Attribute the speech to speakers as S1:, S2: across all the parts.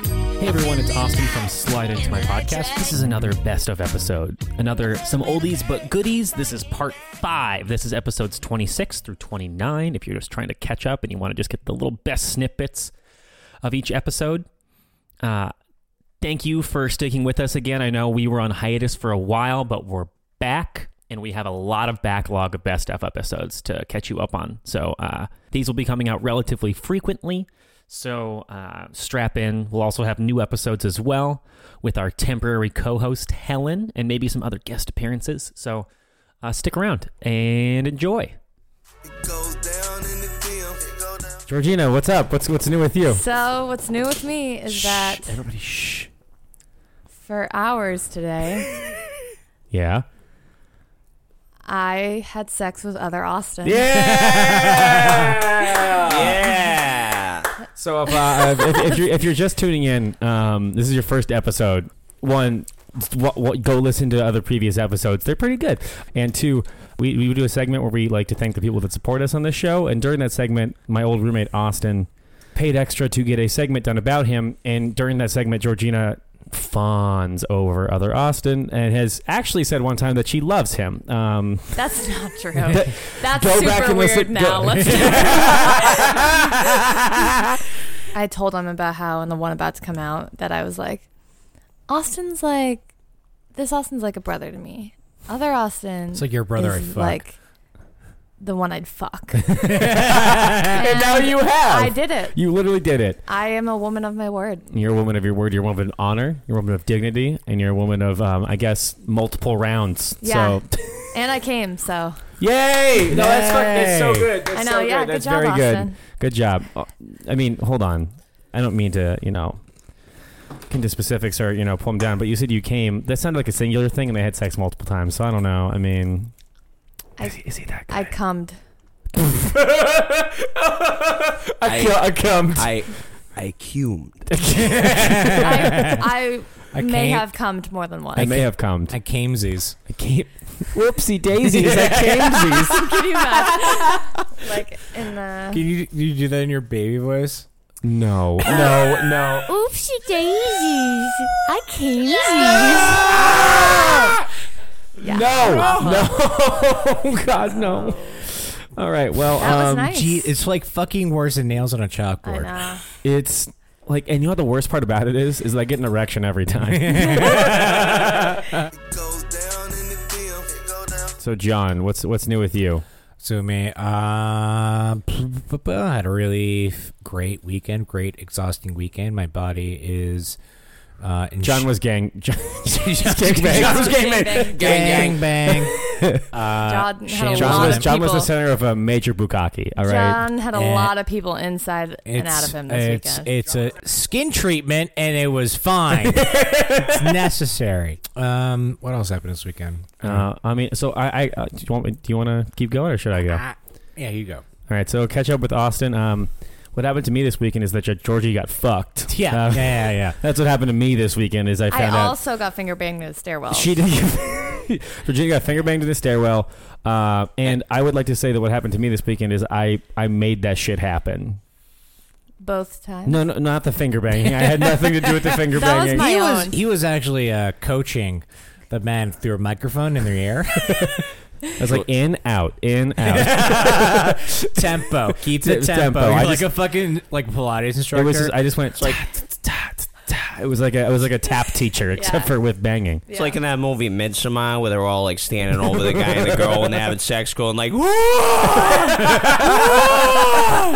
S1: everyone, it's Austin from Slide Into My Podcast. This is another best of episode. Another some oldies but goodies. This is part five. This is episodes 26 through 29. If you're just trying to catch up and you want to just get the little best snippets of each episode, uh, thank you for sticking with us again. I know we were on hiatus for a while, but we're back and we have a lot of backlog of best of episodes to catch you up on. So uh, these will be coming out relatively frequently. So uh, strap in. We'll also have new episodes as well with our temporary co host, Helen, and maybe some other guest appearances. So uh, stick around and enjoy.
S2: goes down in the film. It go down.
S3: Georgina, what's up? What's what's new with you?
S4: So what's new with me is that
S1: Shh, everybody, shh.
S4: for hours today,
S1: Yeah.
S4: I had sex with other Austin.
S3: yeah. So if, uh, if, if you're if you're just tuning in, um, this is your first episode. One, what, what, go listen to other previous episodes; they're pretty good. And two, we we do a segment where we like to thank the people that support us on this show. And during that segment, my old roommate Austin paid extra to get a segment done about him. And during that segment, Georgina fawns over other Austin and has actually said one time that she loves him. Um,
S4: That's not true.
S3: That-
S4: That's
S3: go
S4: super
S3: back and
S4: weird
S3: listen-
S4: now.
S3: go-
S4: Let's- I told him about how in the one about to come out that I was like, Austin's like this Austin's like a brother to me. Other Austin
S5: It's like your brother I
S4: is
S5: fuck.
S4: like the one I'd fuck.
S3: and now you have.
S4: I did it.
S3: You literally did it.
S4: I am a woman of my word.
S3: You're a woman of your word. You're a woman of honor. You're a woman of dignity, and you're a woman of, um, I guess, multiple rounds.
S4: Yeah.
S3: So,
S4: And I came, so
S3: yay! No, that's fuck- that's so good. That's
S4: I know,
S3: so
S4: yeah,
S3: good.
S4: good
S3: That's
S4: job,
S3: very good.
S4: Austin.
S3: Good job. Uh, I mean, hold on. I don't mean to, you know, get into specifics or you know pull them down, but you said you came. That sounded like a singular thing, and they had sex multiple times. So I don't know. I mean,
S4: I-
S3: is, he, is he that
S4: I
S3: guy?
S4: cummed.
S3: I,
S5: I-
S3: cu- I cummed.
S5: I I cumed.
S4: I, I
S5: I
S4: may
S5: came-
S4: have cummed more than once.
S3: I may have cummed.
S5: I camesies.
S3: I came. Whoopsie daisies! I camesies.
S4: Can you imagine? like in the
S5: Can you you do that in your baby voice?
S3: No, no, no.
S4: Oopsie daisies. I came. Yeah. Uh-huh.
S3: No, no. God, no. All right. Well,
S4: That was
S3: um,
S4: nice.
S5: Gee, it's like fucking worse than nails on a
S4: I
S5: chalkboard.
S4: know.
S3: it's like, and you know what the worst part about it is, is that I get an erection every time.
S2: It goes down in the film. It go down.
S3: so, John, what's what's new with you?
S5: So me, uh, p- p- p- I had a really f- great weekend, great exhausting weekend. My body is uh, in
S3: John
S5: sh-
S3: was gang. John,
S5: John was
S4: gang bang.
S5: gang bang.
S4: John had
S5: shame
S4: a lot
S5: on
S3: John Uh, was
S4: of
S3: John was the
S4: people.
S3: center of a major bukkake. All right.
S4: John had a
S5: Eh.
S4: lot of people inside and out of him this
S5: it's,
S4: weekend.
S5: It's a skin treatment, and it was fine. it's necessary. Um, what else happened this weekend?
S3: Uh, I mean, so I, I uh, do you want me- do you want to keep going or should I go?
S5: Ah, yeah, you go.
S3: All right, so catch up with Austin. Um, what happened to me this weekend is that Ge- Georgie got fucked.
S5: Yeah,
S3: Uh,
S5: yeah, yeah, yeah.
S3: that's what happened to me this weekend. Is I
S4: I
S3: found out
S4: also got finger banged in the stairwell.
S3: she did. get- Georgina got finger banged to the stairwell, uh, and I would like to say that what happened to me this weekend is I I made that shit happen.
S4: both times.
S3: No, no, not the finger banging. I had nothing to do with the finger
S4: That was
S3: banging.
S4: my
S5: he was
S4: own.
S5: he was actually uh, coaching the man through a microphone in the air.
S3: I was like in out, in out.
S5: tempo, keep the
S3: It was
S5: tempo.
S3: tempo.
S5: You're
S3: I
S5: like
S3: just-
S5: a fucking like Pilates
S3: it
S5: instructor.
S3: was. Just, I just went like. It was like a it was like a tap teacher, except
S4: Yeah.
S3: for with banging.
S6: It's like in that movie Midsommar where they're all like standing over the guy and the girl and they're having sex, going like, "Whoa!"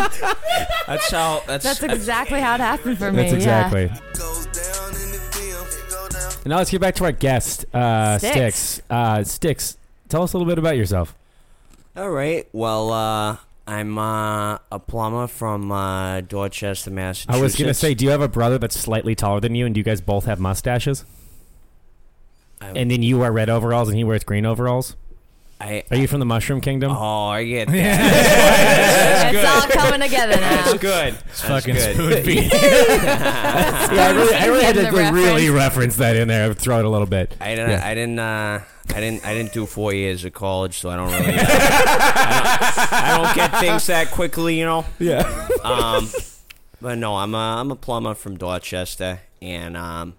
S6: that's how. That's,
S4: That's exactly how it happened for me.
S3: That's exactly.
S2: It goes down in the film. It go down.
S3: And now let's get back to our guest, uh, Sticks.
S4: Sticks.
S3: Uh, Sticks, tell us a little bit about yourself.
S6: All right. Well, uh, I'm uh, a plumber from uh, Dorchester, Massachusetts.
S3: I was going to say, do you have a brother that's slightly taller than you, and do you guys both have mustaches?
S6: I-
S3: And then you wear red overalls, and he wears green overalls.
S6: I,
S3: Are you from the Mushroom Kingdom?
S6: oh, I get that.
S4: Yeah.
S6: That's
S4: It's all
S6: good.
S4: coming together now.
S6: That's good. That's
S5: fucking
S6: good.
S5: spoon feed.
S3: yeah, I really, I really had to
S4: Getting the
S3: like, really reference that in there. Throw it a little bit.
S6: I didn't. I didn't. Uh, I didn't. I didn't do four years of college, so I don't really. uh, I, don't, I don't get things that quickly, you know.
S3: Yeah.
S6: Um, But no, I'm a, I'm a plumber from Dorchester, and um,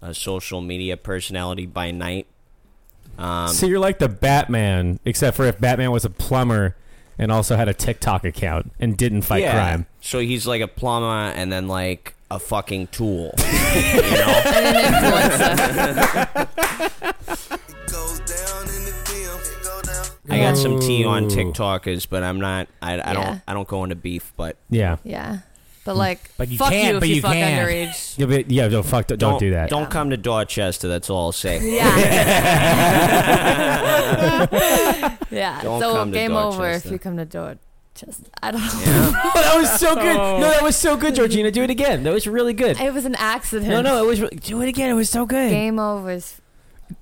S6: a social media personality by night. Um,
S3: so you're like the Batman, except for if Batman was a plumber and also had a TikTok account and didn't fight
S6: yeah.
S3: crime.
S6: So he's like a plumber, and then like a fucking tool.
S4: And an influencer.
S2: Goes down in the film. It go down.
S6: I got some tea on
S5: Ooh.
S6: TikTokers, but I'm not. I, I
S4: Yeah.
S6: don't. I don't go into beef, but
S3: Yeah.
S4: Yeah. But like,
S5: But you
S4: fuck
S5: can't,
S4: you if
S5: but
S4: you,
S5: you
S4: fuck
S5: can.
S4: underage.
S3: Yeah, but, yeah, don't fuck, don't, do that.
S6: Don't come to Dorchester. That's all I'll say.
S4: Yeah. yeah.
S6: Don't
S4: so
S6: come to
S4: game over if
S6: Dorchester.
S4: you come to Dorchester. I don't know.
S6: Yeah.
S3: Oh, that was so good. No,
S5: Oh.
S3: that was so good, Georgina. Do it again. That was really good.
S4: It was an accident.
S3: No, no, it was. Really, do it again. It was so good.
S4: Game over. is-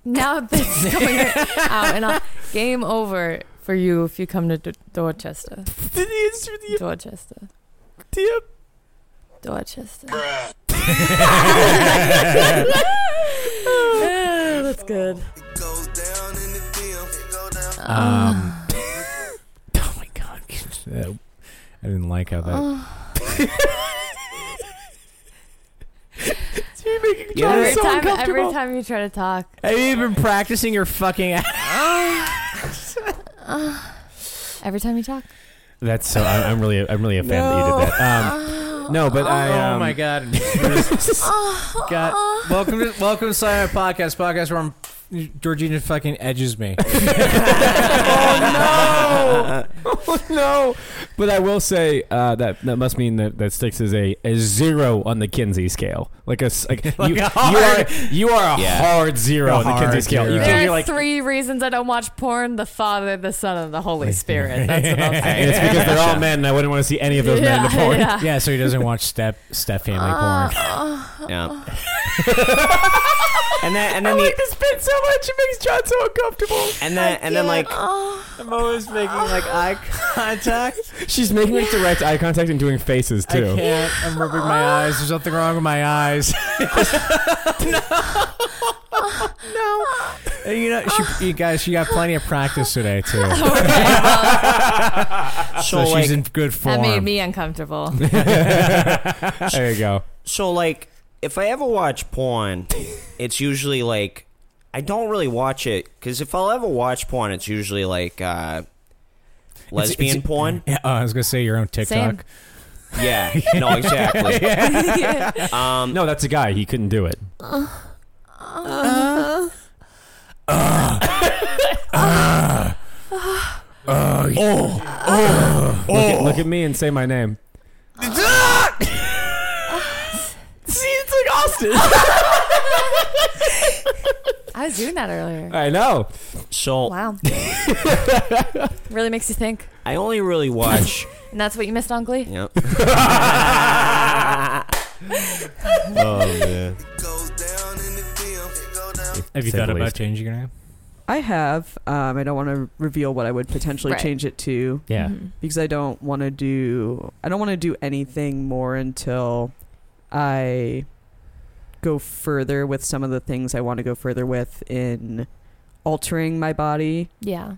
S4: Now this is going out and on. Game over for you if you come to D- Dorchester. Dorchester. Dorchester. Ah, That's good.
S2: Goes down in the film. It go down.
S5: Um, oh my god, I didn't like how that.
S6: Yeah.
S4: every time, every time you try to talk,
S5: Have you been practicing your fucking?
S4: every time you talk.
S3: That's so. I'm, I'm really, I'm really a fan that you did that. Um, no, but I. Um,
S5: oh my god! God,
S4: Uh-uh.
S5: welcome to welcome to Silent Podcast, podcast where I'm, Georgina fucking edges me.
S3: oh no! Oh no! But I will say uh, that that must mean that, that sticks is a, a zero on the Kinsey scale. Like a s- like,
S5: Like
S3: you,
S5: a hard-
S3: you are you are a
S6: Yeah.
S3: hard zero
S5: A
S3: on the
S5: hard
S3: Kinsey scale. You
S5: zero.
S3: think
S4: There are
S3: you're like,
S4: three reasons I don't watch porn: the Father, the Son, and the Holy Spirit. That's what I'll say.
S3: and it's because they're all men. and I wouldn't want to see any of those men in the porn.
S4: yeah. Uh.
S5: yeah, so he doesn't watch step step family porn.
S6: Yeah. and then and then the,
S3: this bit so much; it makes John so uncomfortable.
S6: and then and then like
S5: I'm always making like eye contact.
S3: She's making like direct eye contact and doing faces
S5: I
S3: too.
S5: can't. I'm rubbing my eyes. There's something wrong with my eyes. no, no. You know, she, you guys, she got plenty of practice today too, so,
S4: Okay, well, Oh,
S6: so like
S5: she's in good form.
S4: that made me uncomfortable.
S3: There you go.
S6: so like if I ever watch porn, it's usually like I don't really watch it because if I'll ever watch porn, it's usually like uh, lesbian
S5: it's-
S6: porn.
S5: Yeah, oh, I was gonna say your own TikTok.
S4: Same.
S6: Yeah. No, exactly. Um,
S3: No, that's a guy. He couldn't do it. Oh, Look, at, look at me and say my name. See, it's like Austin.
S4: I was doing that earlier.
S3: I know.
S6: so
S4: Wow, really makes you think.
S6: I only really watch.
S4: And that's what you missed on Glee.
S6: Yep.
S2: Goes down in the film. It go down.
S5: Have you
S3: Say
S5: thought
S3: the
S5: about
S3: least.
S5: changing your name?
S7: I have. Um, I don't want to reveal what I would potentially
S4: Right.
S7: change it to
S3: Yeah.
S4: Mhm.
S7: because I don't want to do. I don't want to do anything more until I go further with some of the things I want to go further with in altering my body.
S4: Yeah.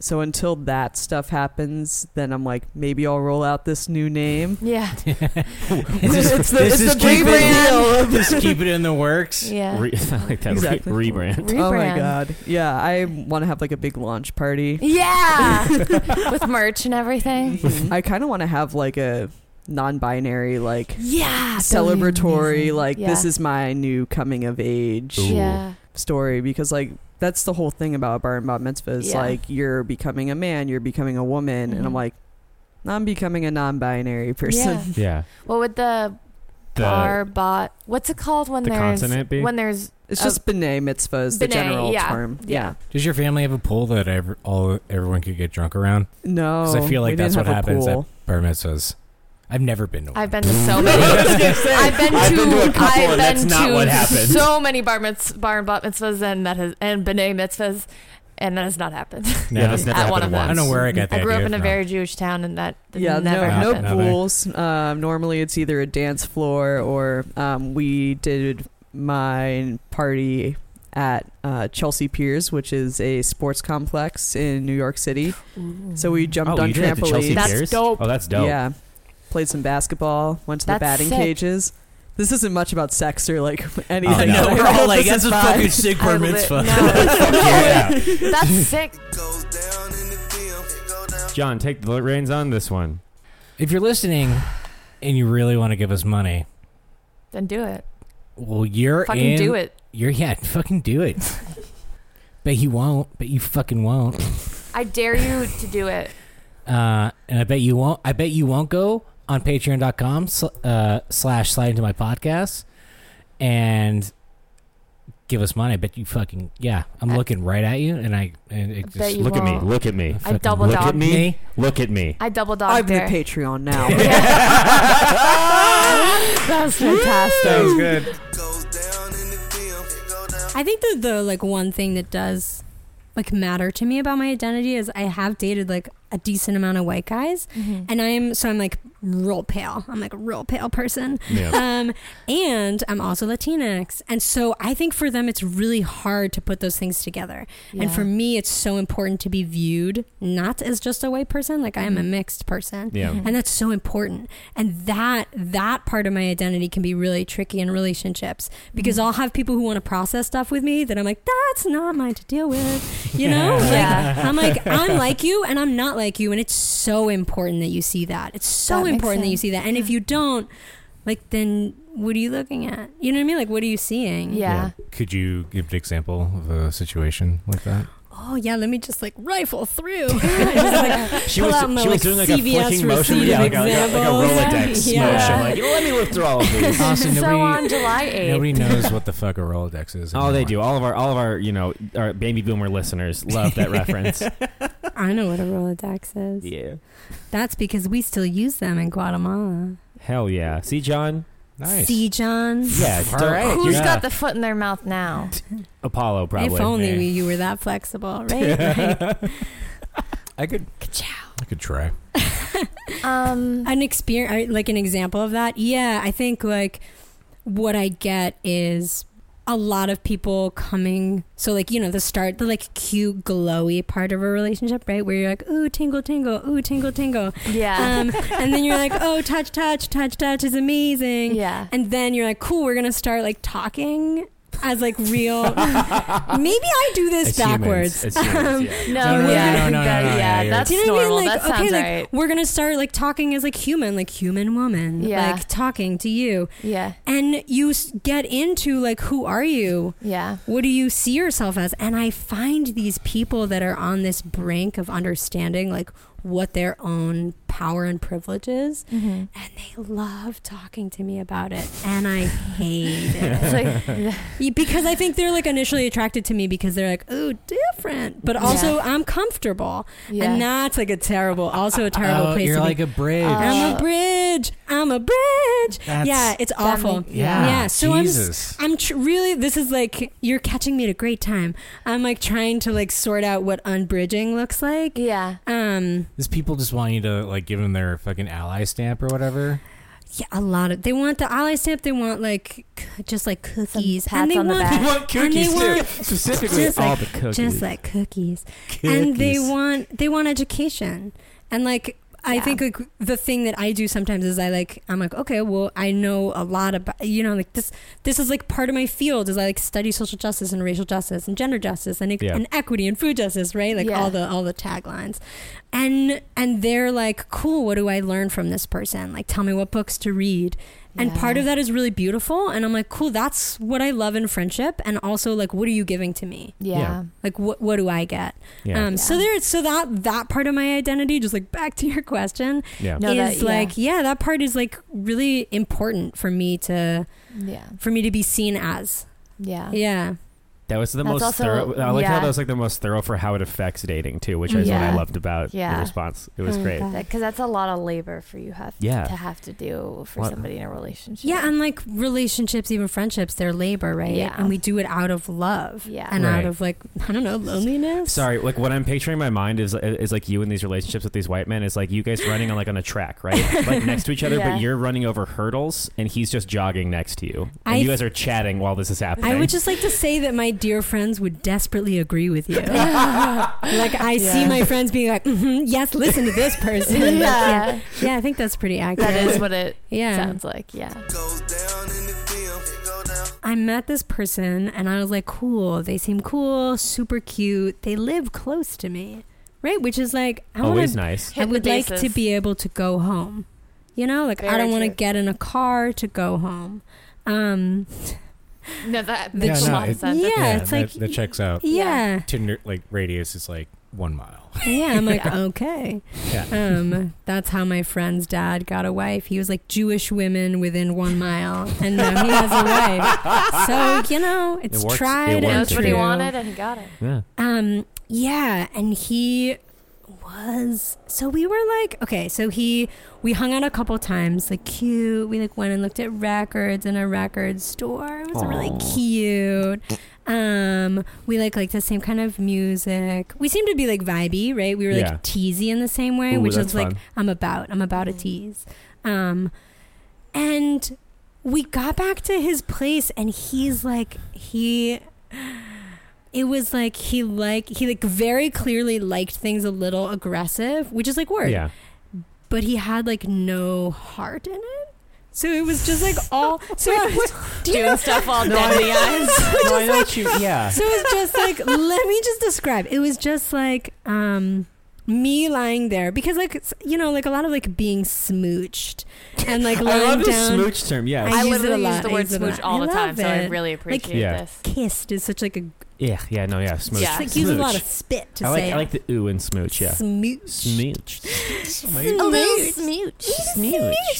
S7: So until that stuff happens, then I'm like, maybe I'll roll out this new name.
S4: Yeah.
S7: It's the- it's the
S5: keep
S7: rebrand.
S5: It, just keep it in the works.
S4: Yeah.
S3: Re- I like that
S7: Exactly.
S3: re- rebrand.
S4: Rebrand.
S7: Oh my god! Yeah, I want to have like a big launch party.
S4: Yeah. With merch and everything.
S7: I kind of want to have like a non-binary like
S4: Yeah.
S7: celebratory like
S4: Yeah.
S7: this is my new coming of age
S3: Ooh.
S4: Yeah.
S7: story because like that's the whole thing about bar and bat mitzvah is
S4: Yeah.
S7: like you're becoming a man you're becoming a woman and
S4: Mhm.
S7: i'm like i'm becoming a non-binary person
S4: Yeah.
S3: Yeah.
S4: What would the,
S3: The
S4: bar bot? What's it called when
S3: the
S4: there's
S3: consonant be?
S4: when there's
S7: it's
S4: Oh.
S7: just b'nai mitzvah is the
S4: B'nai,
S7: general
S4: yeah.
S7: term yeah,
S5: Does your family have a pool that ever, all everyone could get drunk around?
S7: no
S5: Because I feel
S7: Oh, we
S5: like that's
S7: didn't
S5: what
S7: have a
S5: happens at
S7: pool.
S5: bar mitzvahs. I've never been to one.
S4: I've been to so many. I've been to
S3: I've been to a couple,
S4: I've
S3: and that's
S4: been
S3: not
S4: to
S3: what happened.
S4: so many bar, mitz, bar and bat mitzvahs and that has and b'nai mitzvahs, and that has not happened.
S5: No.
S3: Yeah, that's never
S4: At one
S3: happened
S4: of
S5: I
S4: them.
S5: don't
S3: once.
S5: know where I got that.
S4: I grew up
S5: idea
S4: in a
S5: from.
S4: very Jewish town, and that that
S7: yeah,
S4: never
S7: no,
S4: happened.
S5: happened.
S7: no
S5: Never.
S7: pools. Um, normally, it's either a dance floor or um, we did my party at uh, Chelsea Piers, which is a sports complex in New York City. So we jumped
S3: Oh,
S7: on
S3: you did it to Chelsea
S7: trampolines.
S4: That's
S3: Piers?
S4: dope.
S3: Oh, that's dope.
S7: Yeah, played some basketball, went to the
S4: That's
S7: batting
S4: sick.
S7: cages. This isn't much about sex or like
S3: Oh,
S7: anything.
S5: no.
S7: that I
S8: We're
S7: know
S8: all
S7: this
S8: like,
S7: is
S8: that's a
S7: fine.
S8: fucking sick bar
S4: I lit- No,
S8: mitzvah.
S3: yeah.
S4: that's sick.
S2: Goes down in the film. It go down.
S3: John, take the reins on this one.
S5: If you're listening and you really want to give us money,
S4: Then do it.
S5: well, you're
S4: Fucking
S5: in.
S4: do it.
S5: You're yeah, fucking do it. bet you won't. Bet you fucking won't.
S4: I dare you to do it.
S5: Uh, and I bet you won't. I bet you won't go on Patreon.com sl- uh, slash slide into my podcast and give us money. I bet you fucking yeah. I'm
S4: I-
S5: looking right at you, and I and it just
S4: bet You
S3: look at
S4: won't.
S3: me. Look at me.
S4: I
S5: fucking
S4: double
S5: look
S4: dog.
S5: at me.
S3: Look at me.
S4: I double dog
S7: I'm the
S4: dare.
S7: Patreon now.
S4: that was fantastic.
S3: That was good.
S2: Goes down in the film. It go down.
S9: I think that the like one thing that does like matter to me about my identity is I have dated like a decent amount of white guys, and I'm so I'm like real pale. I'm like a real pale person.
S3: Yeah.
S9: Um, and I'm also Latinx, and so I think for them it's really hard to put those things together. And for me, it's so important to be viewed not as just a white person. Like I am a mixed person
S3: Yeah.
S9: and that's so important and that that part of my identity can be really tricky in relationships because
S3: Mm-hmm.
S9: i'll have people who want to process stuff with me that i'm like that's not mine to deal with you know
S4: Yeah.
S9: like, i'm like i'm like you and i'm not like you and it's so important that you see that it's
S4: That
S9: so
S4: makes
S9: important that you
S4: sense.
S9: see that and if you don't like then what are you looking at you know what i mean like what are you seeing
S4: Yeah.
S5: Could you give an example of a situation like that?
S9: oh yeah let me just like rifle through I just, like,
S3: She
S9: Pull
S3: was,
S9: out my,
S3: she was
S9: like,
S3: doing like a
S9: CVS
S3: flicking motion.
S9: receipt
S3: Yeah, like a, like a, like a
S9: examples.
S3: Rolodex
S9: Yeah.
S3: motion. Like, let me look through all of these.
S5: Honestly,
S4: so
S5: nobody-
S4: on July 8th.
S5: Nobody knows what the fuck a Rolodex is.
S3: Oh, they do. All of our, all of our, you know, our baby boomer listeners love that reference.
S9: i know what a rolodex is
S6: Yeah.
S9: That's because we still use them in Guatemala.
S3: Hell yeah. See, John.
S5: Nice.
S9: See, John?
S3: Yeah.
S5: All
S3: don't-
S5: right.
S4: Who's
S5: Yeah.
S4: got the foot in their mouth now?
S3: Apollo probably.
S9: if only
S5: Yeah.
S9: we, you were that flexible, right? Like,
S5: I could. I could try.
S4: Um,
S9: an experience, like an example of that. Yeah, I think like what I get is a lot of people coming. So like you know the start, the like cute, glowy part of a relationship, right? Where you're like, ooh, tingle, tingle, ooh, tingle, tingle,
S4: yeah.
S9: um, and then you're like, oh, touch, touch, touch, touch is
S5: Um,
S9: amazing.
S4: yeah.
S9: And then you're like, cool, we're gonna start like talking as like real. Maybe I do this
S5: It's humans.
S9: backwards.
S3: It's humans,
S9: Um,
S3: yeah.
S4: No,
S5: no,
S4: yeah,
S5: no,
S4: I think
S5: no, no,
S4: that,
S5: no, no,
S4: yeah,
S5: yeah,
S4: that's
S9: do you know
S4: normal.
S9: what I mean? Like,
S4: that sounds
S9: okay,
S4: right.
S9: like we're gonna start like talking as like human, like human woman,
S4: Yeah.
S9: like talking to you,
S4: Yeah,
S9: and you s- get into like, who are you?
S4: yeah,
S9: What do you see yourself as? And I find these people that are on this brink of understanding, like what their own power and privilege is,
S4: mm-hmm.
S9: and they love talking to me about it and i hate
S4: it's
S9: it
S4: like yeah,
S9: Yeah, because i think they're like initially attracted to me because they're like oh different but also i'm comfortable
S4: yeah.
S9: and that's like a terrible also a terrible place
S5: Oh, you're
S9: to
S5: like
S9: be
S5: a bridge.
S4: Uh,
S9: i'm a bridge i'm a bridge
S5: That's-
S9: yeah it's awful
S4: make-
S5: yeah.
S9: yeah, so I'm s-
S5: Jesus.
S9: I'm tr- really. This is like you're catching me at a great time. I'm like trying to like sort out what unbridging looks like.
S4: yeah,
S9: Um,
S5: These people just want you to like give them their fucking ally stamp or whatever.
S9: yeah, a lot of they want the ally stamp. They want like c- just like cookies,
S4: pats
S9: and they
S4: on the
S9: want
S4: back.
S3: want
S9: And they want-
S3: Specifically,
S9: just
S3: all
S9: like-
S3: the cookies.
S9: just like cookies. and they
S5: Cookies.
S9: want they want education and like I
S4: Yeah.
S9: think like the thing that I do sometimes is I like I'm like okay well I know a lot about you know like this this is like part of my field is I like study social justice and racial justice and gender justice and, e-,
S3: Yeah.
S9: and equity and food justice right like
S4: Yeah.
S9: all the all the taglines and and they're like cool what do I learn from this person like tell me what books to read and
S4: Yeah.
S9: part of that is really beautiful and I'm like cool that's what I love in friendship and also like what are you giving to me
S4: yeah,
S9: like what what do I get
S3: Yeah.
S9: um, So
S4: Yeah.
S9: there, so that that part of my identity, just like back to your question,
S3: yeah.
S4: No, that-
S9: is like yeah. that part is like really important for me to
S4: yeah,
S9: for me to be seen as.
S4: yeah, yeah.
S9: Yeah,
S3: That was the
S4: That's
S3: most
S4: also-
S3: thorough. I like how
S4: yeah.
S3: that was like the most thorough for how it affects dating too, which is what I
S4: Yeah.
S3: loved about the
S4: Yeah.
S3: response. It was
S9: Oh,
S3: great.
S9: God.
S4: Because that's a lot of labor for you have
S3: Yeah.
S4: to have to do for
S3: What-
S4: somebody in a relationship.
S9: yeah, and like relationships, even friendships, they're labor, right?
S4: Yeah.
S9: and we do it out of love,
S4: Yeah.
S9: and
S3: Right.
S9: out of like I don't know loneliness.
S3: Sorry, like what I'm picturing in my mind is is like you in these relationships with these white men is like you guys running on like on a track, right? Like next to each other,
S4: Yeah.
S3: but you're running over hurdles and he's just jogging next to you, and
S9: I
S3: you
S9: th-
S3: guys are chatting while this is happening.
S9: I would just like to say that my dear friends would desperately agree with you. like I see my friends being like, "Mhm, yes, listen to this person. Like, yeah.
S4: yeah,
S9: yeah, I think that's pretty accurate.
S4: that is what it
S9: yeah.
S4: sounds like. Yeah.
S2: Goes down in the film. It go down.
S9: I met this person and I was like, cool. They seem cool, super cute. They live close to me, right? Which is like, I want
S3: Always
S9: to.
S3: nice.
S9: I
S4: Hit the
S9: would like to
S4: bases.
S9: be able to go home. You know, like I
S4: Very
S9: don't want to
S4: true.
S9: get in a car to go home. Um,
S4: No, that
S9: The
S4: makes
S9: ch-
S4: a lot of sense.
S9: Yeah,
S4: That's-
S9: it's like-
S5: that checks out.
S9: yeah,
S5: Tinder like radius is like one mile.
S9: yeah. I'm like,
S4: Yeah.
S9: okay.
S5: Yeah.
S9: Um, that's how my friend's dad got a wife. He was like Jewish women within one mile, and now he has a wife. So you know, it's
S3: works. It
S9: tried.
S4: He
S3: works.
S9: and
S4: knows what he
S9: true.
S4: wanted and he got it.
S3: Yeah.
S9: Um, yeah, and he was so we were like okay, so he we hung out a couple times, like cute. We like went and looked at records in a record store. It was really cute. Um, we like like the same kind of music. We seemed to be like vibey, right? We were
S3: Yeah.
S9: like teasy in the same way,
S3: Ooh,
S9: which
S3: that's
S9: is like
S3: fun.
S9: I'm about. I'm about a tease. Um, and we got back to his place, and he's like, he. It was like he like he like very clearly liked things a little aggressive, which is like word,
S3: Yeah.
S9: but he had like no heart in it. So it was just like all so it was, do you know-
S4: Doing stuff all dead in the eyes.
S5: no, I know what you. Yeah.
S9: so it's just like let me just describe it was just like um me lying there because like it's, you know like a lot of like being smooched and like
S3: I
S9: lying
S3: love the
S9: down
S3: smooch term. Yeah.
S9: I
S4: I
S9: use it
S4: literally
S9: a
S4: use
S9: lot.
S4: the
S9: I
S4: word
S9: use it a
S4: smooch
S9: lot.
S4: all
S9: I
S4: the time, so I
S9: love it.
S4: really appreciate
S3: Yeah.
S4: this.
S9: kissed is such like a
S3: yeah. Yeah. No. Yeah. Smooch.
S4: Yeah.
S9: it's like use a lot of
S3: Smooch.
S9: spit to
S3: I like.
S9: say
S3: I like the ooh and smooch. Yeah.
S9: smooch
S3: Smooch.
S4: smooch.
S9: smooch smooch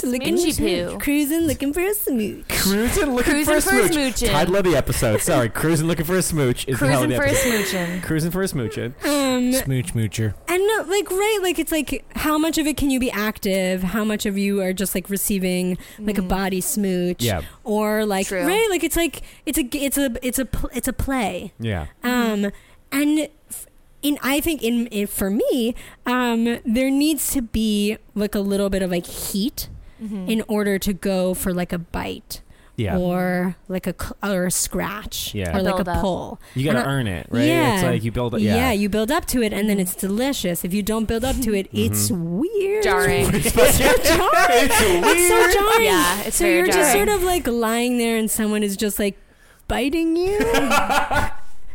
S9: looking
S4: Smoochy
S9: smooch.
S4: poo.
S9: cruising looking for a smooch
S3: Cruising looking for
S4: Cruising for
S3: a
S4: a
S3: smooch.
S4: smoochin'.
S3: Todd Levy episode. Sorry. Cruising looking for a smooch is the hell of
S4: Cruising
S3: the
S4: for a
S3: episode.
S4: smoochin'.
S3: Cruising for a smoochin'.
S9: um
S5: Smooch moocher.
S9: And no, like right, like it's like how much of it can you be active? How much of you are just like receiving like a body smooch?
S3: Yeah.
S9: Or like
S4: Mm. True.
S9: right, like it's like it's a g- it's a it's a pl- it's a play.
S3: Yeah.
S4: Mm-hmm.
S9: Um, and f- in I think in, in for me, um, there needs to be like a little bit of like heat
S4: Mm-hmm.
S9: in order to go for like a bite
S3: Mm-hmm. Yeah.
S9: or like a cl- or a scratch
S3: Yeah.
S9: or like
S4: Build
S9: a
S4: up.
S9: pull.
S3: You gotta
S9: and I-
S3: earn it, right?
S9: Yeah.
S3: It's like you build. it. Yeah.
S9: you build up to it and
S4: Mm-hmm.
S9: then it's delicious. If you don't build up to it,
S3: Mm-hmm.
S9: it's weird.
S4: Jarring.
S9: It's so jarring.
S4: Yeah, it's
S9: so
S4: very
S9: you're just
S4: jarring.
S9: sort of like lying there and someone is just like biting you.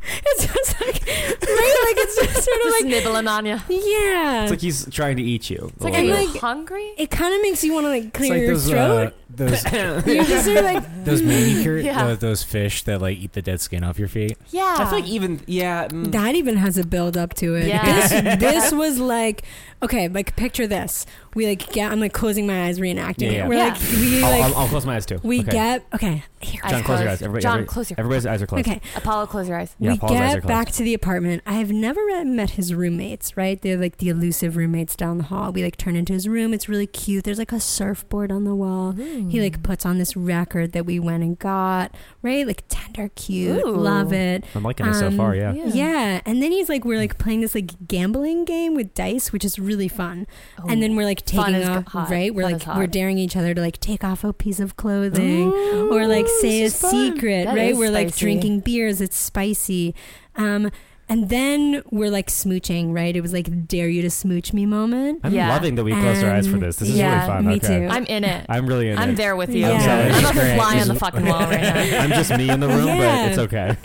S9: it's just like right, like it's just sort of
S4: Just
S9: like
S4: nibbling on you.
S9: yeah.
S3: It's like he's trying to eat you.
S4: It's like,
S9: I'm
S4: are you
S9: like-
S4: hungry?
S9: it kind of makes you want to like
S5: It's
S9: clear
S5: like
S9: your
S5: those
S9: throat.
S5: uh, those
S9: you're just sort of like
S5: those manicure
S4: Yeah.
S5: those, those fish that like eat the dead skin off your feet.
S4: Yeah.
S3: I feel like even yeah. mm.
S9: That even has a build up to it.
S4: Yeah.
S9: This, this was like okay, like picture this. We like get I'm like closing my eyes, reenacting
S3: Yeah.
S9: it. We're like we
S3: I'll,
S9: like
S3: I'll, I'll close my eyes too.
S9: we
S3: okay.
S9: get okay. Here,
S4: Eyes
S3: John, close your
S4: closed.
S3: eyes. Everybody,
S4: John,
S3: everybody-
S4: close your
S3: everybody's eyes are closed.
S9: okay.
S4: Apollo, close your eyes.
S3: Yeah,
S9: we
S3: Paul's eyes are
S9: get
S3: closed.
S9: back to the apartment. I have never re- met his roommates, right? They're like the elusive roommates down the hall. We like turn into his room. It's really cute. There's like a surfboard on the wall.
S3: Mm.
S9: He like puts on this record that we went and got, right? Like tender cute.
S4: Ooh.
S9: Love it.
S3: I'm liking it so
S9: Um,
S3: far. Yeah.
S9: Yeah. And then he's like, we're like playing this like gambling game with dice, which is really fun.
S3: Oh.
S9: And then we're like
S4: Fun
S9: taking
S4: is
S9: off,
S4: hot.
S9: right? We're
S4: Fun
S9: like,
S4: is hot.
S9: we're daring each other to like take off a piece of clothing or like say a secret,
S4: That
S9: right?
S4: is
S9: We're like
S4: spicy.
S9: drinking beers. It's spicy. Um, and then we're like smooching, right? It was like dare you to smooch me moment.
S3: I'm
S4: Yeah.
S3: loving that we closed our eyes for this. This is
S4: Yeah,
S3: really fun.
S9: me
S3: okay.
S9: too.
S4: I'm in it.
S3: I'm really in
S4: I'm
S3: it.
S4: there with you.
S9: Yeah.
S3: I'm sorry.
S4: I'm not the
S3: Great.
S4: fly on the
S3: Just-
S4: fucking wall right now.
S3: I'm just me in the room,
S9: Yeah.
S3: but it's okay.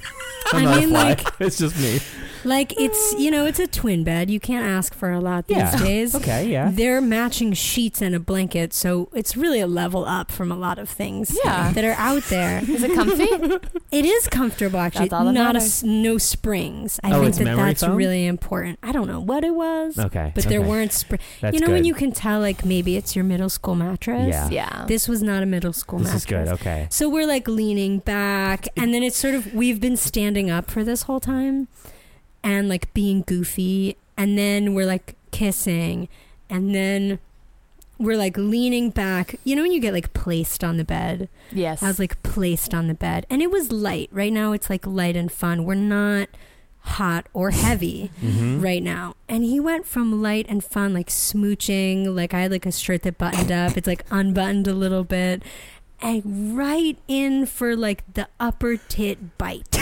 S9: I
S3: I'm not
S9: mean,
S3: a fly.
S9: like-
S3: it's just me.
S9: Like it's you know it's a twin bed. You can't ask for a lot these
S3: Ah. Yeah.
S9: days.
S3: Okay, yeah.
S9: They're matching sheets and a blanket, so it's really a level up from a lot of things
S4: Yeah.
S9: that are out there.
S4: Is it comfy?
S9: It is comfortable, actually.
S4: That's all that
S9: Not a
S4: matters.
S9: s- no springs.
S3: Oh,
S9: I think
S3: it's
S9: that
S3: memory
S9: that's
S3: foam?
S9: really important. I don't know what it was,
S3: Okay.
S9: but there
S3: okay.
S9: weren't springs.
S3: That's
S9: You know when
S3: good.
S9: you can tell, like maybe it's your middle school mattress.
S3: Yeah.
S4: yeah.
S9: This was not a middle school
S3: This
S9: mattress.
S3: is good. Okay.
S9: So we're like leaning back, and then it's sort of we've been standing up for this whole time, and like being goofy, and then we're like kissing, and then we're like leaning back. You know when you get like placed on the bed.
S4: Yes.
S9: I was like placed on the bed, and it was light. Right now, it's like light and fun. We're not hot or heavy
S3: Mhm.
S9: right now. And he went from light and fun, like smooching. Like I had like a shirt that buttoned up. It's like unbuttoned a little bit. and right in for like the upper tit bite.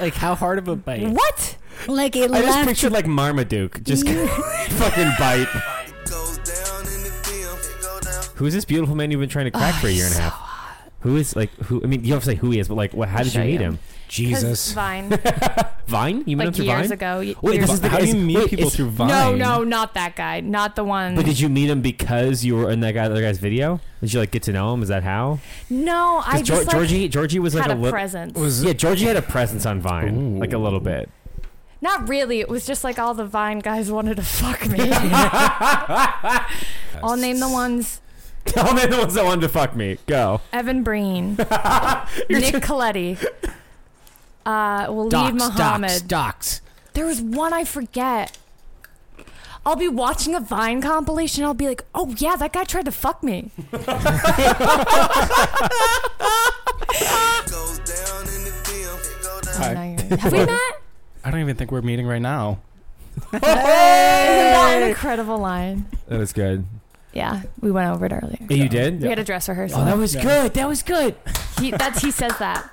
S5: Like how hard of a bite?
S9: what? Like it
S3: I just
S9: left.
S3: pictured like Marmaduke just fucking bite.
S2: Goes down in the film. It go down.
S3: Who's this beautiful man you've been trying to crack for a year and a half? Who is like who? I mean, you don't have to say who he is, but like, what, how did
S4: Sure,
S3: you meet
S4: yeah.
S3: him?
S4: Because
S5: Jesus.
S4: Vine,
S3: Vine? You met him
S4: like
S3: through
S4: years
S3: Vine?
S4: ago. y-
S3: Wait,
S4: years
S3: this is the
S4: ago.
S3: how do you meet
S5: wait,
S3: people
S5: it's-
S3: through Vine?
S4: No, no, not that guy. Not the one.
S3: But did you meet him because you were in that guy, other guy's video? Did you like get to know him? Is that how?
S4: no, I
S3: 'Cause
S4: just
S3: Geor-
S4: like,
S3: Georgie, Georgie was like
S4: had
S3: a
S4: a,
S3: li-
S4: presence.
S5: Was
S3: yeah. Georgie had a presence on Vine, like a little bit.
S4: Not really. It was just like all the Vine guys wanted to fuck me. I'll name the ones:
S3: Tell them the ones that wanted to fuck me. Go.
S4: Evan Breen, Nick Coletti, uh, Waleed
S5: docs,
S4: Muhammad.
S5: docs, docs.
S4: There was one I forget. I'll be watching a Vine compilation. I'll be like, "Oh yeah, that guy tried to fuck me."
S2: Goes down in the film. It go down.
S4: Oh,
S8: Hi.
S4: no, you're- Have we met?
S8: I don't even think we're meeting right now.
S4: Isn't that an incredible line?
S3: That was good.
S4: Yeah, we went over it earlier.
S3: you did.
S4: We had a dress rehearsal.
S3: Oh, that was
S8: Yeah.
S3: good. That was good.
S4: he, that's he says that.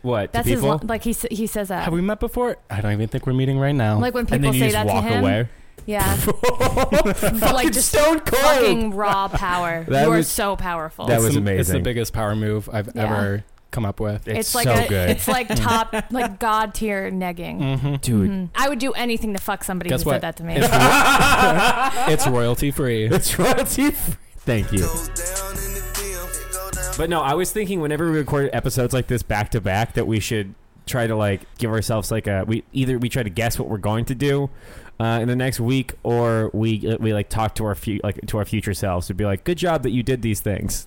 S3: What? to
S4: That's his
S3: people?
S4: li- like he s- he says that.
S8: Have we met before? I don't even think we're meeting right now.
S4: like when
S3: and
S4: people
S3: then you
S4: say
S3: just
S4: that
S3: walk
S4: to him.
S3: away.
S4: Yeah,
S3: fucking
S4: just
S3: stone cold.
S4: fucking raw power.
S3: That
S4: you are
S3: was-
S4: so powerful.
S3: that
S8: It's
S3: was
S8: the- It's the
S3: amazing.
S8: biggest power move I've
S4: Yeah.
S8: ever come up with.
S3: it's,
S4: like
S3: so
S4: a,
S3: good, Mm.
S4: it's like top like god tier negging.
S8: Mm-hmm.
S3: dude.
S4: Mhm. I would do anything to fuck somebody
S8: Guess
S4: who said
S8: what?
S4: that to me.
S8: It's, it's royalty free.
S3: It's royalty. free. Thank you.
S2: Goes down in the film. It go down.
S3: But no, I was thinking whenever we record episodes like this back to back that we should try to like give ourselves like a we either we try to guess what we're going to do uh, in the next week or we uh, we like talk to our few like to our future selves to be like good job that you did these things.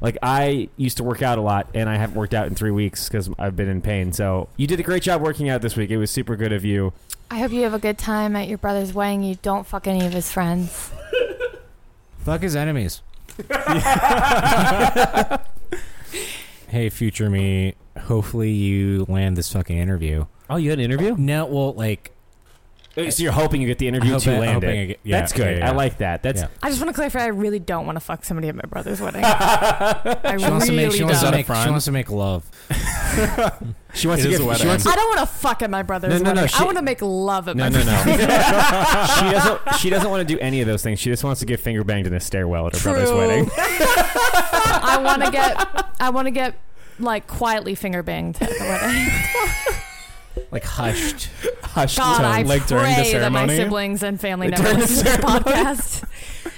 S3: Like I used to work out a lot and I haven't worked out in 3 weeks cuz I've been in pain. So you did a great job working out this week. It was super good of you.
S4: I hope you have a good time at your brother's wedding. You don't fuck any of his friends.
S5: Fuck his enemies. hey, future me. Hopefully you land this fucking interview.
S3: Oh, you had an interview?
S5: No, well, like
S3: Uh, So you're hoping you get the interview
S5: I hope
S3: to
S5: I-
S3: land
S5: hoping
S3: it.
S5: I get- yeah,
S3: That's good.
S5: yeah, yeah.
S3: I like that. That's
S5: Yeah.
S4: I just want to clarify. I really don't want to fuck somebody at my brother's wedding. I
S5: she wants to make
S4: really
S5: she
S4: don't.
S5: wants to
S8: Is that a
S5: make, she
S8: friend?
S5: wants to make love.
S3: She wants
S8: It
S3: to get
S8: is a
S3: she
S8: wedding.
S3: wants to
S4: I don't want to fuck at my brother's
S3: No, no, no,
S4: wedding.
S3: she-
S4: I want to make love at
S3: No,
S4: my
S3: no, no. she doesn't. She doesn't want to do any of those things. She just wants to get finger banged in a stairwell at her brother's
S4: True.
S3: wedding.
S4: I want to get. I want to get like quietly finger banged at the wedding.
S5: Like hushed.
S8: Hushed
S4: God, I
S8: tone, like
S4: pray
S8: during the
S4: that my
S8: ceremony.
S4: siblings and family never
S3: During the
S4: listen to this podcast.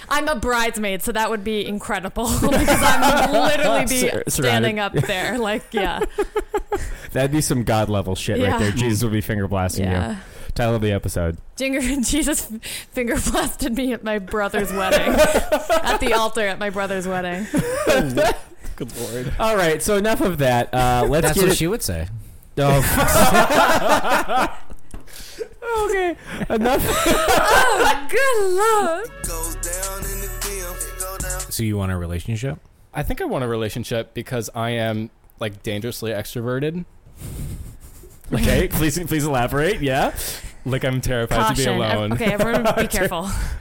S4: I'm a bridesmaid, so that would be incredible because I'm literally be
S3: Sur- surrounded.
S4: standing up there, like yeah,
S3: That'd be some god level shit right
S4: Yeah.
S3: there. Jesus would be finger blasting
S4: yeah.
S3: you. Title of the episode.
S4: Jinger, Jesus finger blasted me at my brother's wedding, at the altar at my brother's wedding.
S8: Good lord.
S3: All right. So enough of that. Uh, let's
S5: That's
S3: get
S5: what
S3: it-
S5: she would say.
S3: Oh, fuck. okay. Enough.
S4: Oh, good luck.
S2: Goes down in the film. It go down.
S5: So you want a relationship?
S8: I think I want a relationship because I am like dangerously extroverted.
S3: Okay. Please, please elaborate. Yeah.
S8: Like I'm terrified to be
S4: Caution.
S8: alone.
S4: Okay, everyone, be careful.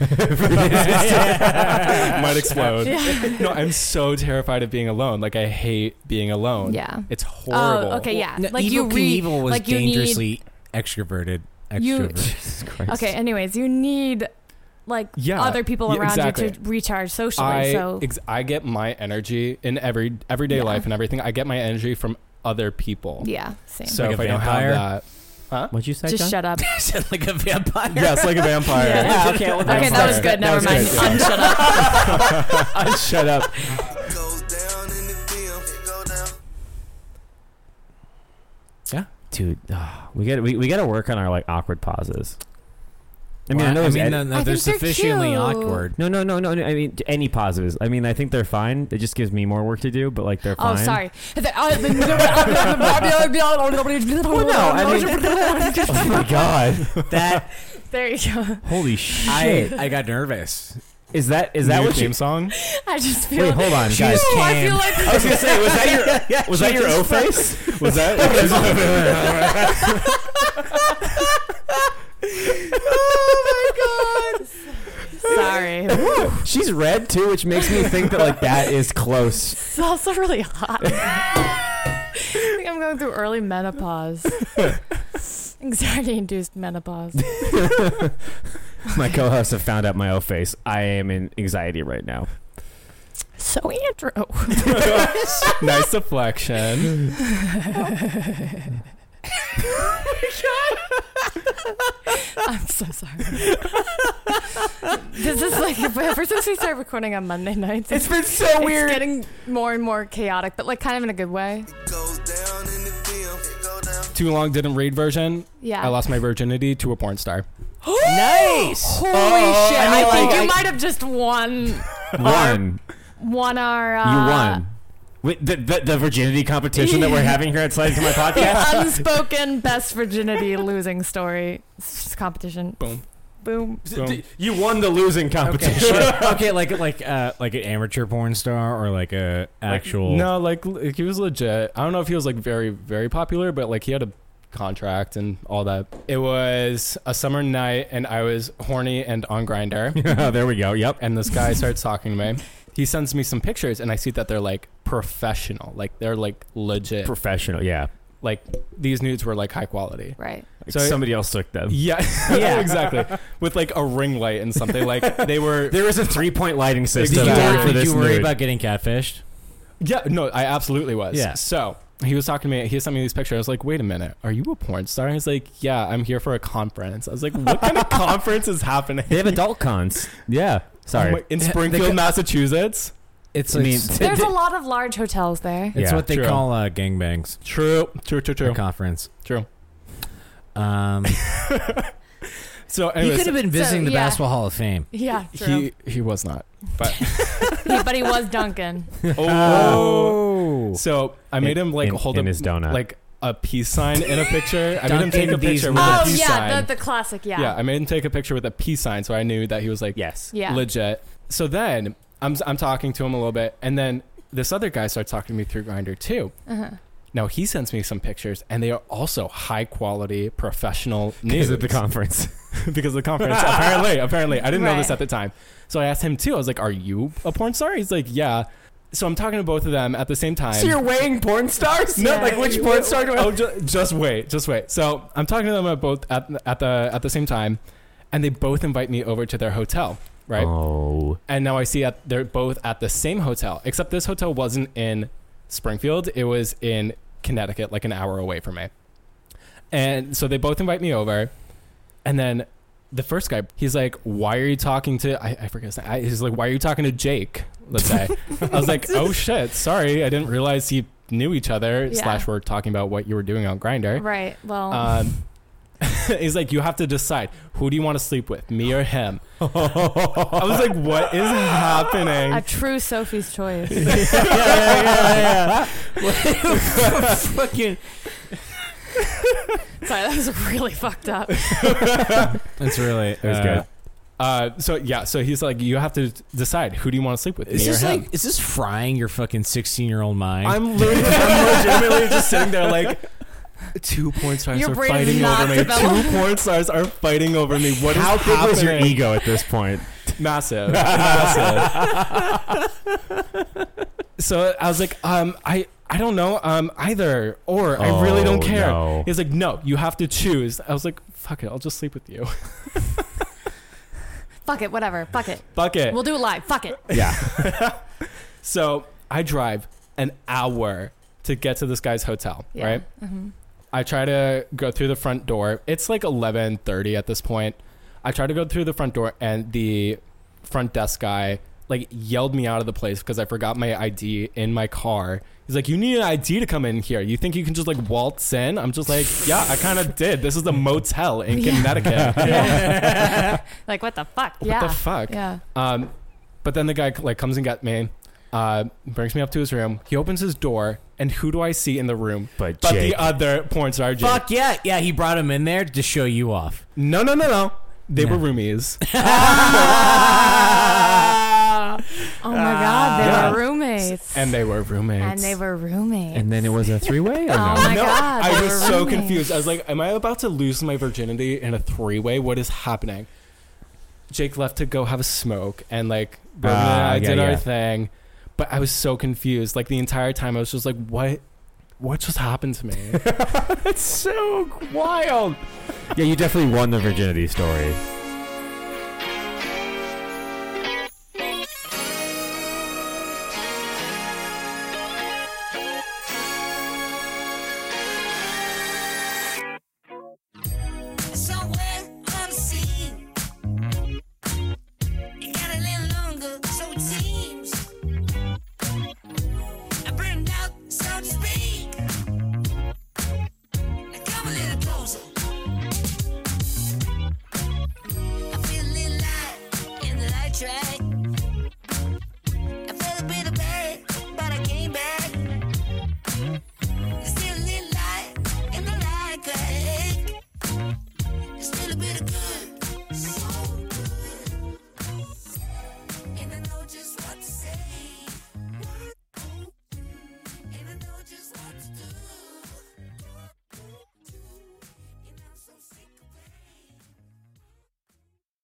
S8: Might explode.
S4: Yeah.
S8: No, I'm so terrified of being alone. Like I hate being alone.
S4: Yeah.
S8: It's horrible.
S4: Oh, okay, yeah.
S5: No,
S4: like
S5: Evil
S4: you read.
S5: Knievel was
S4: like you need-
S5: dangerously extroverted.
S4: You-
S5: Extrovert.
S4: Okay. Anyways, you need like
S8: Yeah,
S4: other people
S8: yeah,
S4: around
S8: exactly.
S4: you to recharge socially.
S8: I
S4: so
S8: ex- I get my energy in every everyday
S4: Yeah.
S8: life and everything. I get my energy from other people.
S4: yeah, same.
S8: So
S5: Like a
S8: if I don't
S5: vampire?
S8: have
S3: What'd you say?
S4: Just shut up.
S5: like a vampire.
S8: that, yes, like a vampire.
S4: Yeah.
S3: okay. Well,
S4: Okay, that was good. Never
S8: was
S4: mind.
S8: good,
S4: Un- Shut up.
S3: shut up.
S2: Goes down in the film. It go down.
S3: dude ah, we got we, we got to work on our like awkward pauses i mean i know
S5: I
S3: it's
S5: mean,
S3: ed-
S5: no, no,
S4: I
S5: they're
S4: think they're
S5: sufficiently
S4: cute.
S5: awkward.
S3: no no no no no i mean t- any pauses i mean i think they're fine it just gives me more work to do but like they're
S4: Oh,
S3: fine
S4: sorry.
S3: well, no, I mean, oh my god!
S5: That
S4: there you go.
S3: Holy shit!
S5: I I got nervous.
S3: is that is that
S8: New
S3: what
S8: theme
S3: you?
S8: song?
S4: I just feel.
S3: Wait, hold on,
S5: She
S3: guys.
S5: just
S4: Ooh, I feel
S5: came.
S4: like
S3: I was gonna say, was that your was that your O face? Was that?
S4: oh my god. Sorry.
S3: She's red too, which makes me think that like that is close.
S4: It's also really hot. I think I'm going through early menopause. Anxiety induced menopause.
S3: My co-hosts have found out my O face. I am in anxiety right now.
S4: So, Andrew.
S8: nice deflection.
S4: Oh I'm so sorry. this is like ever since we started recording on Monday nights. It's,
S3: been so
S4: it's getting more and more chaotic, but like kind of in a good way.
S2: Goes down in the film. It go down.
S8: Too long didn't read version.
S4: Yeah.
S8: I lost my virginity to a porn star.
S3: nice.
S4: Holy
S3: Oh,
S4: shit!
S3: I
S4: I, think
S3: like-
S4: you might have just won
S3: One.
S4: won our.
S3: You
S4: Uh,
S3: won. Wait, the, the the virginity competition that we're having here at Sliding to My Podcast.
S4: The unspoken best virginity losing story s- competition.
S8: Boom.
S4: Boom.
S8: Boom.
S3: You won the losing
S5: Okay,
S3: competition.
S5: sure. okay, like like uh, like an amateur porn star or like a actual.
S8: Like, no, like, l- like, he was legit. I don't know if he was like very very popular, but like he had a contract and all that. It was a summer night, and I was horny and on grinder.
S3: Oh, there we go. Yep.
S8: and this guy starts talking to me. He sends me some pictures, and I see that they're like professional, like they're like legit.
S3: Professional. Yeah.
S8: like these nudes were like high quality.
S4: Right.
S8: So-
S3: somebody else took them.
S8: Yeah, exactly. With like a ring light and something. Like they were.
S3: There is a three point lighting
S5: Did
S3: system
S5: you,
S8: Exactly.
S3: for-
S5: worry,
S3: for
S5: did
S3: this
S5: you worry
S3: nude.
S5: about getting catfished?
S8: Yeah, no, I absolutely was.
S5: Yeah.
S8: So he was talking to me. He sent me these pictures. I was like, wait a minute, are you a porn star? He's like, yeah, I'm here for a conference. I was like, what kind of conference is happening?
S3: They have adult cons. Yeah. Sorry.
S8: Oh my- in
S5: They- they
S8: Springfield,
S5: got-
S8: Massachusetts.
S5: It's
S3: I
S5: like,
S3: mean,
S5: it's
S4: There's a lot of large hotels there.
S3: Yeah,
S5: what they
S8: true.
S5: call uh, gangbangs.
S8: True, true, true,
S5: or
S8: true,
S5: Conference.
S8: true.
S5: Um,
S8: So,
S5: he
S8: anyways,
S5: could have been visiting the
S4: yeah.
S5: Basketball Hall of Fame.
S4: Yeah, true.
S8: he he was not.
S4: He- but he was Duncan.
S8: Oh. So I made him like
S3: In-
S8: hold
S3: in
S8: up
S3: his donut.
S8: like a peace sign in a picture. I made him take a
S5: Dunkin' these
S8: picture with
S5: nuts.
S8: a
S4: Oh
S8: peace
S4: yeah,
S8: sign.
S4: the, the classic. Yeah.
S8: yeah, I made him take a picture with a peace sign, so I knew that he was like
S3: yes.
S4: Yeah.
S8: legit. So then I'm I'm talking to him a little bit, and then this other guy starts talking to me through Grinder too.
S4: Uh-huh.
S8: Now he sends me some pictures, and they are also high quality professional news
S3: Is at the conference.
S8: because of the conference. apparently, apparently, I didn't know this
S4: Right.
S8: at the time. So I asked him too. I was like, "Are you a porn star?" He's like, "Yeah." So I'm talking to both of them at the same time.
S3: weighing porn stars?
S4: No, like, which
S3: porn star do
S8: Oh, ju- just wait, just wait. So I'm talking to them at both at, at the at the same time, and they both invite me over to their hotel, right?
S3: Oh.
S8: And now I see at they're both at the same hotel, except this hotel wasn't in Springfield; it was in Connecticut, like an hour away from me. And so they both invite me over, and then the first guy, he's like, "Why are you talking to?" I, I forget. His name. I, he's like, "Why are you talking to Jake?" Let's say. I was like, "Oh shit, sorry, I didn't realize he knew each other."
S4: Yeah.
S8: Slash, we're talking about what you were doing on Grinder.
S4: Right. Well.
S8: Um, he's like, "You have to decide who do you want to sleep with, me or him." I was like, "What is happening?"
S4: a true Sophie's choice.
S5: Fucking.
S4: Sorry, that was really fucked up.
S5: That's really. It
S3: was good.
S8: Uh, so yeah, so he's like, "You have to decide who do you want to sleep with,
S5: Is
S8: me or
S5: this
S8: him."
S5: like? Is this frying your fucking sixteen-year-old mind?
S8: I'm literally, I'm legitimately just sitting there like. Two porn stars
S4: Your
S8: are
S4: brain is
S8: fighting
S4: not
S8: over me.
S4: developed.
S8: Two porn stars are fighting over me. What is
S3: How big
S8: happening?
S3: was your ego at this point?
S8: Massive. Massive. so I was like, um, I, I don't know, um, either or. I really don't
S3: Oh,
S8: care.
S3: no.
S8: He's like, no, you have to choose. I was like, fuck it, I'll just sleep with you.
S4: Fuck it. Whatever. Fuck it.
S8: fuck it.
S4: We'll do it live. Fuck it.
S3: Yeah.
S8: so I drive an hour to get to this guy's hotel,
S4: Yeah.
S8: right?
S4: Mhm.
S8: I try to go through the front door. It's like 11:30 at this point. I try to go through the front door and the front desk guy like yelled me out of the place because I forgot my ID in my car. He's like, "You need an ID to come in here. You think you can just like waltz in?" I'm just like, "Yeah, I kind of did. This is the motel in
S4: Yeah.
S8: Connecticut.
S4: Like what the fuck?
S8: What
S4: yeah.
S8: the fuck?"
S4: Yeah.
S8: Um, but then the guy like comes and got me, uh, brings me up to his room. He opens his door, and who do I see in the room?
S3: But
S8: But
S3: Jake.
S8: the other porn star Jake.
S5: Fuck yeah, yeah. He brought him in there to show you off.
S8: No, no, no, no. They
S5: No.
S8: were roomies.
S4: Oh my god, they
S8: Yeah.
S4: were roommates.
S8: and they were roommates.
S4: And they were roommates.
S3: and then it was a three way or
S4: Oh
S3: no?
S4: my
S8: no,
S4: god.
S8: I
S4: they
S8: was
S4: were
S8: so
S4: roommates.
S8: confused. I was like, am I about to lose my virginity in a three way? What is happening? Jake left to go have a smoke, and like Roman and
S3: Ah,
S8: I
S3: yeah,
S8: did
S3: yeah.
S8: our thing. But I was so confused. Like the entire time, I was just like, "What? What just happened to me?"
S3: That's so wild. yeah, you definitely won the virginity story.